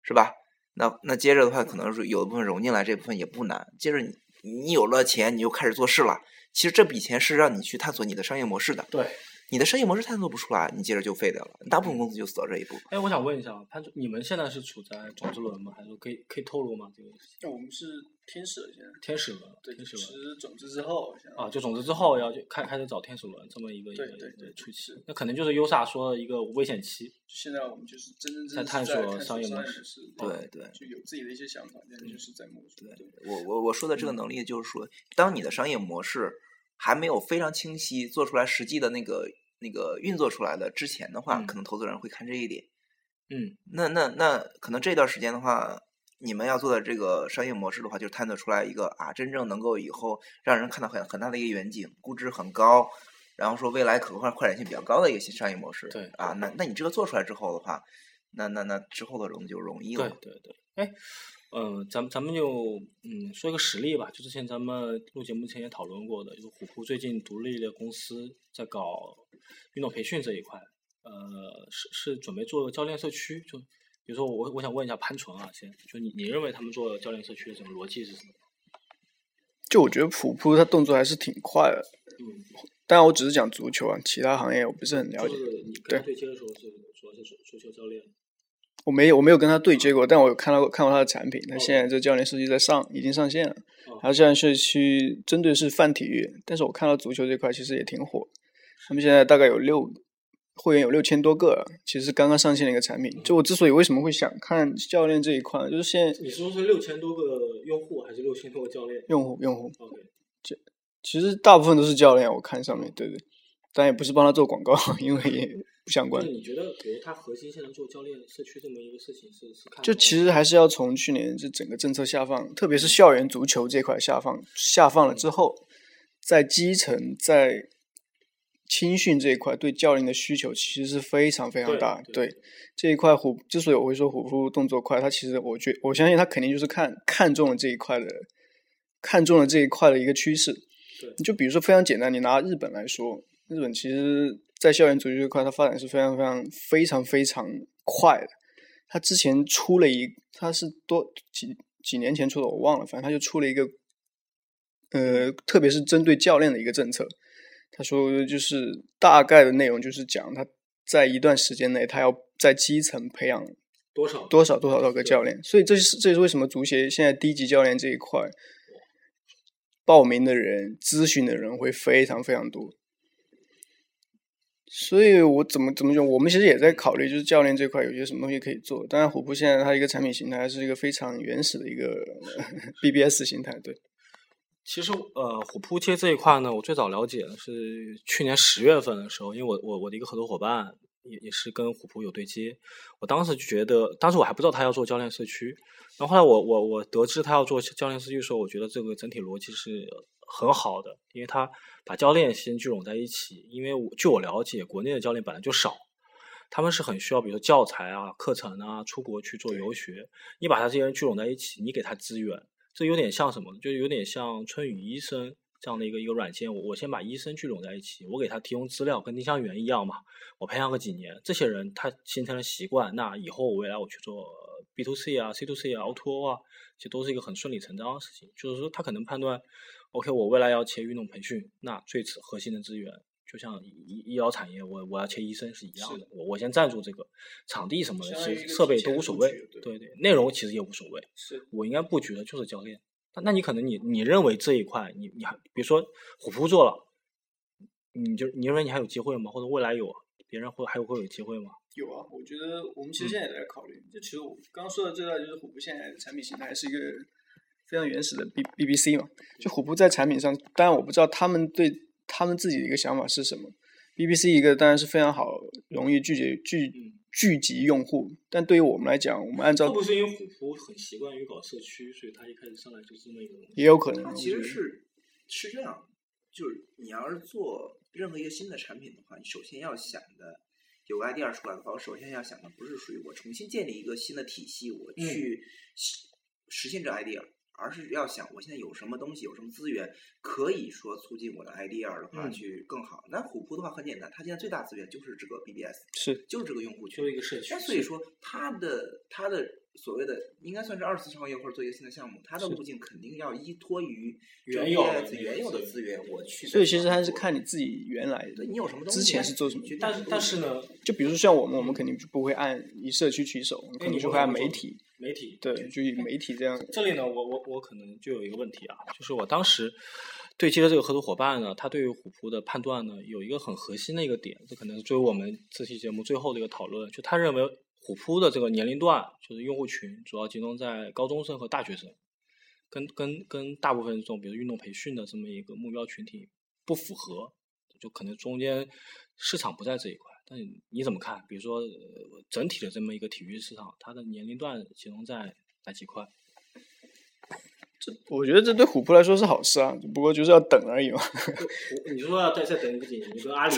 是吧？那那接着的话，可能是有一部分融进来，这部分也不难。接着你你有了钱，你就开始做事了。其实这笔钱是让你去探索你的商业模式的，对，你的商业模式探索不出来，你接着就废掉了。大部分公司就死到这一步。哎，我想问一下，啊，潘总，你们现在是处在种子轮吗？还是可以可以透露吗？这个事情那我们是天使了，现在天使轮，啊对，天使其轮实种子之后，现在啊，就种子之后要就开开始找天使轮这么一个一个对一对个对初期，那可能就是优萨说的一个危险期。现在我们就是真真正在正探在索探商商业业模模式式，对对就有自己的一些想法，现在就是在摸索。对，我我我说的嗯这个能力，就是说，当你的商业模式还没有非常清晰做出来实际的那个那个运作出来的之前的话，嗯可能投资人会看这一点。嗯，那那那可能这段时间的话，你们要做的这个商业模式的话，就是探索出来一个啊，真正能够以后让人看到很很大的一个远景，估值很高，然后说未来可扩扩展性比较高的一个新商业模式。对啊，那那你这个做出来之后的话，那那那之后的融资就容易了对嘛。对对。哎，呃，咱们咱们就嗯说一个实例吧，就之前咱们录节目之前也讨论过的，就是虎扑最近独立的公司在搞运动培训这一块，呃，是是准备做教练社区，就比如说我我想问一下潘纯啊，先就你你认为他们做教练社区的整个逻辑是什么？就我觉得普普他动作还是挺快的，嗯，但我只是讲足球啊，其他行业我不是很了就解。是你跟他对接的时候是主要是足足球教练，我没有我没有跟他对接过，但我有看到过看过他的产品。他嗯哦现在这教练设计在上，已经上线了。哦然后教练社区针对是泛体育，但是我看到足球这块其实也挺火。他们现在大概有六会员有六千多个，其实是刚刚上线的一个产品。嗯就我之所以为什么会想看教练这一块，就是现在你说是六千多个用户还是六千多个教练用户用户？OK，其实大部分都是教练，我看上面对对，但也不是帮他做广告， 因为也不相那关。你觉得，比如它核心现在做教练社区这么一个事情是是看就其实还是要从去年这整个政策下放，特别是校园足球这块下放下嗯放了之后，在基层在青训这一块对教练的需求其实是非常非常对大。对这一块虎，之所以我会说虎扑动作快，他其实我觉我相信他肯定就是看看中了这一块的，看中了这一块的一个趋势。对你就比如说非常简单，你拿日本来说，日本其实在校园足球这块，它发展是非常非常非常非常快的。它之前出了一，它是多几几年前出的，我忘了，反正它就出了一个，呃，特别是针对教练的一个政策。他说就是大概的内容就是讲他在一段时间内，他要在基层培养多少多少多少多个教练，所以这是这是为什么足协现在低级教练这一块报名的人、咨询的人会非常非常多。所以我怎么怎么讲，我们其实也在考虑，就是教练这块有些什么东西可以做。当然，虎扑现在它一个产品形态还是一个非常原始的一个 BBS 形态，对，其实呃，虎扑贴这一块呢，我最早了解的是去年十月份的时候，因为我我我的一个合作伙伴也也是跟虎扑有对接，我当时就觉得，当时我还不知道他要做教练社区，然后后来我我我得知他要做教练社区的时候，我觉得这个整体逻辑是很好的，因为他把教练先聚拢在一起，因为我据我了解，国内的教练本来就少。他们是很需要，比如说教材啊、课程啊，出国去做游学。你把他这些人聚拢在一起，你给他资源，这有点像什么呢？就有点像春雨医生这样的一个一个软件。我我先把医生聚拢在一起，我给他提供资料，跟丁香园一样嘛。我培养个几年，这些人他形成了习惯，那以后我未来我去做 B to C 啊、C to C 啊、O to O 啊，其实都是一个很顺理成章的事情。就是说，他可能判断，OK，我未来要切运动培训，那最此核心的资源。就像医医医疗产业，我我要切医生是一样的，我我先赞助这个场地什么的，相其当于一实个设提备前都的无所布谓局，对对对，内容其实也无所谓。是我应该布局的就是教练。那那你可能你你认为这一块你你还比如说虎扑做了，你就你认为你还有机会吗？或者未来有别人会还有会有机会吗？有啊，我觉得我们嗯其实现在也在考虑。就其实我刚刚说的最大就是虎扑现在的产品形态还是一个非常原始的 B B B C 嘛。就虎扑在产品上，当然我不知道他们对他们自己的一个想法是什么。B B C 一个当然是非常好，容易聚集嗯聚聚集用户，但对于我们来讲，我们按照是因为虎扑很习惯于搞社区，所以他一开始上来就是这么一个东也有可能啊它，其实是是这样，就是你要是做任何一个新的产品的话，你首先要想的有个 idea 出来的话，我首先要想的不是属于我重新建立一个新的体系，我去实实现这 idea，、而是要想我现在有什么东西，有什么资源，可以说促进我的 idea 的话嗯去更好。那虎扑的话很简单，它现在最大资源就是这个 BBS，是就是这个用户群就是一个社区那。所以说，它的它的所谓的应该算是二次创业或者做一个新的项目，它的路径肯定要依托于这原有的 BBS 那个原有的资资源，我去。所以其实还是看你自己原来对你有什么东西之前是做什么去。但是但是呢，就比如说像我们，我们肯定就不会按以社区取手，我们肯定就会按媒体，媒体对，就以媒体这样这里呢，我我我可能就有一个问题啊，就是我当时对接的这个合作伙伴呢，他对于虎扑的判断呢，有一个很核心的一个点，这可能是作为我们这期节目最后的一个讨论，就他认为虎扑的这个年龄段，就是用户群主要集中在高中生和大学生，跟跟跟大部分这种比如运动培训的这么一个目标群体不符合，就可能中间市场不在这一块。但你怎么看？比如说、呃整体的这么一个体育市场，它的年龄段集中在哪几块？我觉得这对虎扑来说是好事啊，只不过就是要等而已嘛。我你说要再再等个几年，就跟阿里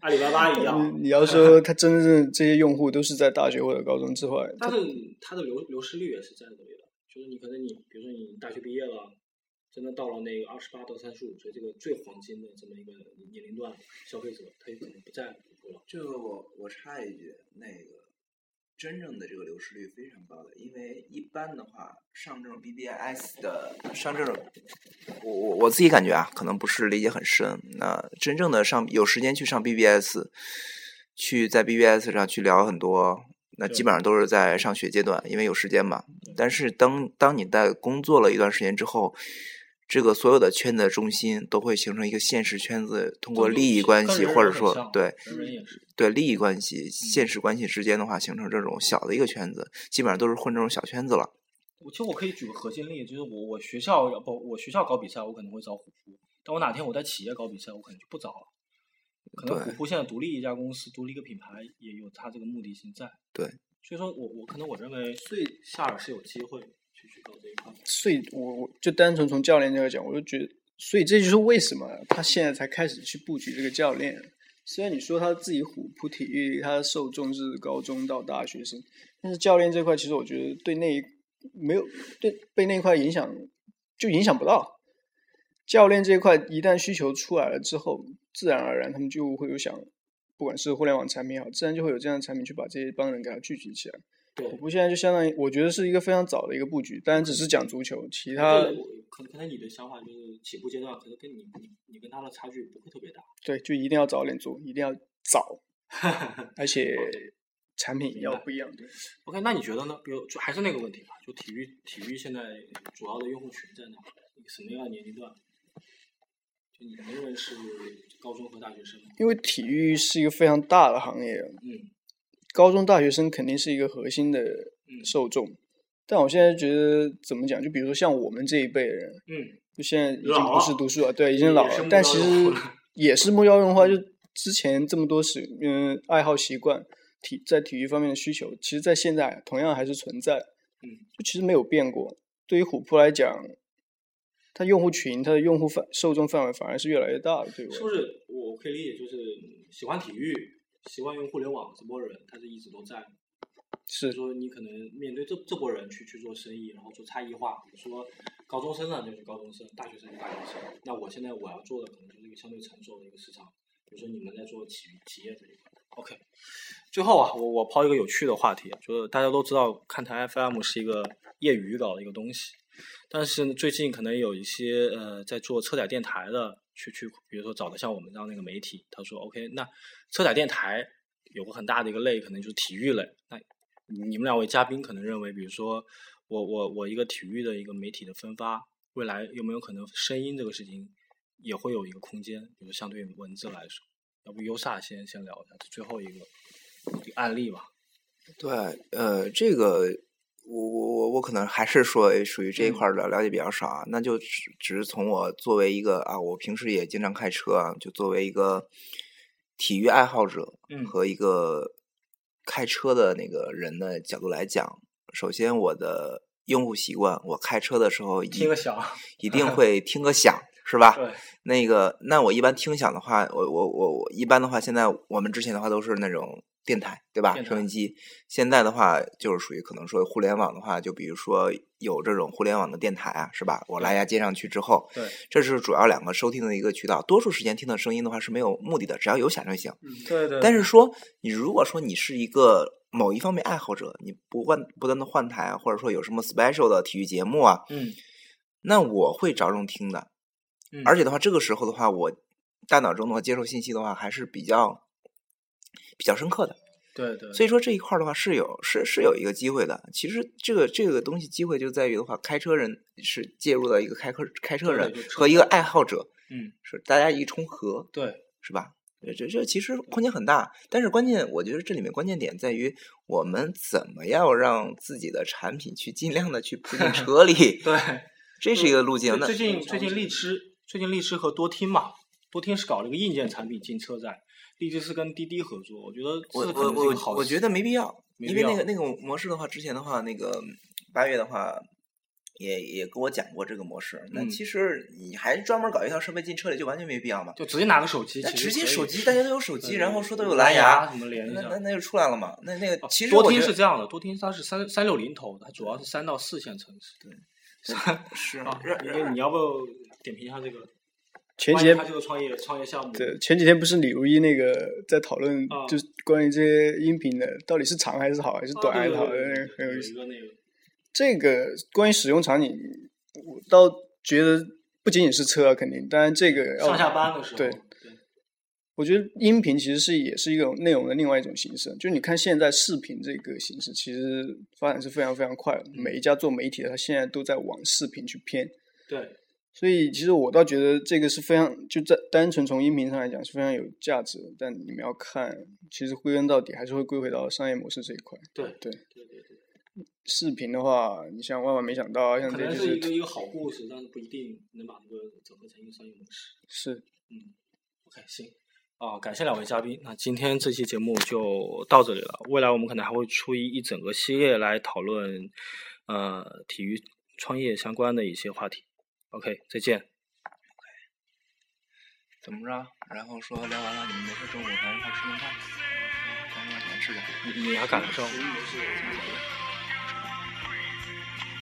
阿里巴巴一样，你你要说他真正这些用户都是在大学或者高中之外，它的它的流流失率也是在这里的。就是你可能你比如说你大学毕业了，真的到了那个二十八到三十五岁这个最黄金的这么一个年龄段，消费者他有可能不在乎了。这个我我插一句，那个真正的这个流失率非常高的，因为一般的话，上这种 BBS 的上这种，我我我自己感觉啊，可能不是理解很深。那真正的上有时间去上 BBS，去在 BBS 上去聊很多，那基对本上都是在嗯上学阶段，因为有时间嘛。但是当当你在工作了一段时间之后，这个所有的圈子的中心都会形成一个现实圈子，通过这个利益是关跟系人或有者点说像对人人也是对利益关系、现实关系之间的话，形成这种小的一个圈子，基本上都是混这种小圈子了。我其实我可以举个核心例子，就是我我学校要不我学校搞比赛，我可能会找虎扑，但我哪天我在企业搞比赛，我可能就不找了。可能对虎扑现在独立一家公司，独立一个品牌，也有它这个目的性在。对，所以说我我可能我认为最夏尔是有机会去去搞这一块。所以我我就单纯从教练这个讲，我就觉得，所以这就是为什么他现在才开始去布局这个教练。虽然你说他自己虎扑体育，他受众是高中到大学生，但是教练这块其实我觉得对那一没有对被那一块影响就影响不到。教练这一块一旦需求出来了之后，自然而然他们就会有想，不管是互联网产品也好，自然就会有这样的产品去把这一帮人给他聚集起来。对我不现在就相当于，我觉得是一个非常早的一个布局，当然只是讲足球，其他这个我可能可能你的想法就是起步阶段，可能跟你你你跟他的差距不会特别大。对就一定要早点做，一定要早，而且产品要不一样。对， OK，那你觉得呢？比如就还是那个问题吧，就体育体育现在主要的用户群在哪？什么样的年龄段？就你们认为是高中和大学生吗？因为体育是一个非常大的行业，嗯高中大学生肯定是一个核心的嗯受众。但我现在觉得怎么讲，就比如说像我们这一辈人，嗯，就现在已经老不是了读书了，对，也已经老是了目，但标其用实户了也是目标用户啊。就之前这么多使嗯爱好习惯体在体育方面的需求，其实在现在同样还是存在，嗯，就其实没有变过。对于虎扑来讲，它用户群、它的用户范受众范围反而是越来越大了，对我是不是我我可以理解，就是嗯喜欢体育、喜欢用互联网这波人，他是一直都在。就是说你可能面对这这波人去去做生意，然后做差异化，比如说高中生呢啊就是高中生，大学生就大学生。那我现在我要做的可能就是一个相对成熟的一个市场，比如说你们在做企企业这一块。OK，最后啊，我我抛一个有趣的话题，就是大家都知道看台 FM 是一个业余搞的一个东西，但是呢最近可能有一些呃在做车载电台的，去去比如说找的像我们这样的一个媒体，他说 OK，那车载电台有个很大的一个类，可能就是体育类。那你们两位嘉宾可能认为，比如说我我我一个体育的一个媒体的分发，未来有没有可能声音这个事情也会有一个空间？比如相对于文字来说，要不优萨先先聊一下这最后一个一个案例吧。对，呃，这个我我我我可能还是说诶属于这一嗯块儿了了解比较少啊，那就只只是从我作为一个啊，我平时也经常开车啊，就作为一个体育爱好者嗯和一个开车的那个人的角度来讲，首先我的用户习惯，我开车的时候一听个响，一定会听个响，是 吧？对，那个，那我一般听响的话，我我我我一般的话，现在我们之前的话都是那种电台，对吧？电台收音机。现在的话就是属于可能说互联网的话，就比如说有这种互联网的电台啊，是吧？我蓝牙接上去之后，对，这是主要两个收听的一个渠道。多数时间听的声音的话是没有目的的，只要有响就行。嗯对对但是说，你如果说你是一个某一方面爱好者，你不换不断的换台啊，或者说有什么 special 的体育节目啊，嗯那我会着重听的。嗯，而且的话，这个时候的话，我大脑中的话接受信息的话还是比较比较深刻的。对对，所以说这一块儿的话是有是是有一个机会的。其实这个这个东西机会就在于的话，开车人是介入到一个开车开车对人就车和一个爱好者，嗯是大家一重合，对是吧？这这这其实空间很大，但是关键我觉得这里面关键点在于我们怎么样让自己的产品去尽量的去 铺进车里，对。这是一个路径。最那最近最近荔枝，最近荔枝和多听嘛，多听是搞了一个硬件产品进车载，荔枝是跟滴滴合作，我觉得我这可我能是一个好我我觉得没必要，没因必为那要个那个模式的话，之前的话，那个八月的话，也也跟我讲过这个模式。那嗯其实你还专门搞一套设备进车里，就完全没必要嘛。就直接拿个手机，那其实直可接以手机，大家都有手机，对然后说都有蓝蓝牙，什么连一那下那。那就出来了嘛。那那个哦其实多我听觉是得这样的，多听它是三三六零头，它主要是三到四线城市。啊对，是啊，让你让你要不要点评一下这个？前几关于天他这个创业创业项目，对，前几天不是李如一那个在讨论啊，就是关于这些音频的到底是长还是好，还是啊短还对是好，对那对个对很有有意思一。个那个，这个关于使用场景，我倒觉得不仅仅是车啊，肯定，当然这个要上下班的时候，对我觉得音频其实是也是一种内容的另外一种形式，就你看现在视频这个形式其实嗯发展是非常非常快的，每一家做媒体的他现在都在往视频去偏，对所以其实我倒觉得这个是非常就在单纯从音频上来讲是非常有价值的，但你们要看，其实归根到底还是会归回到商业模式这一块。对对，对对对，视频的话，你像万万没想到啊，像可这能就是是一个一个好故事，但是不一定能把这个整合成一个商业模式。是 OK，行，啊，感谢两位嘉宾。那今天这期节目就到这里了。未来我们可能还会出一一整个系列来讨论，呃，体育创业相关的一些话题。OK，再见。怎么着？然后说聊完了，你们没事中午咱一块儿吃顿饭，咱们往前吃点。你你还赶得上吗？就是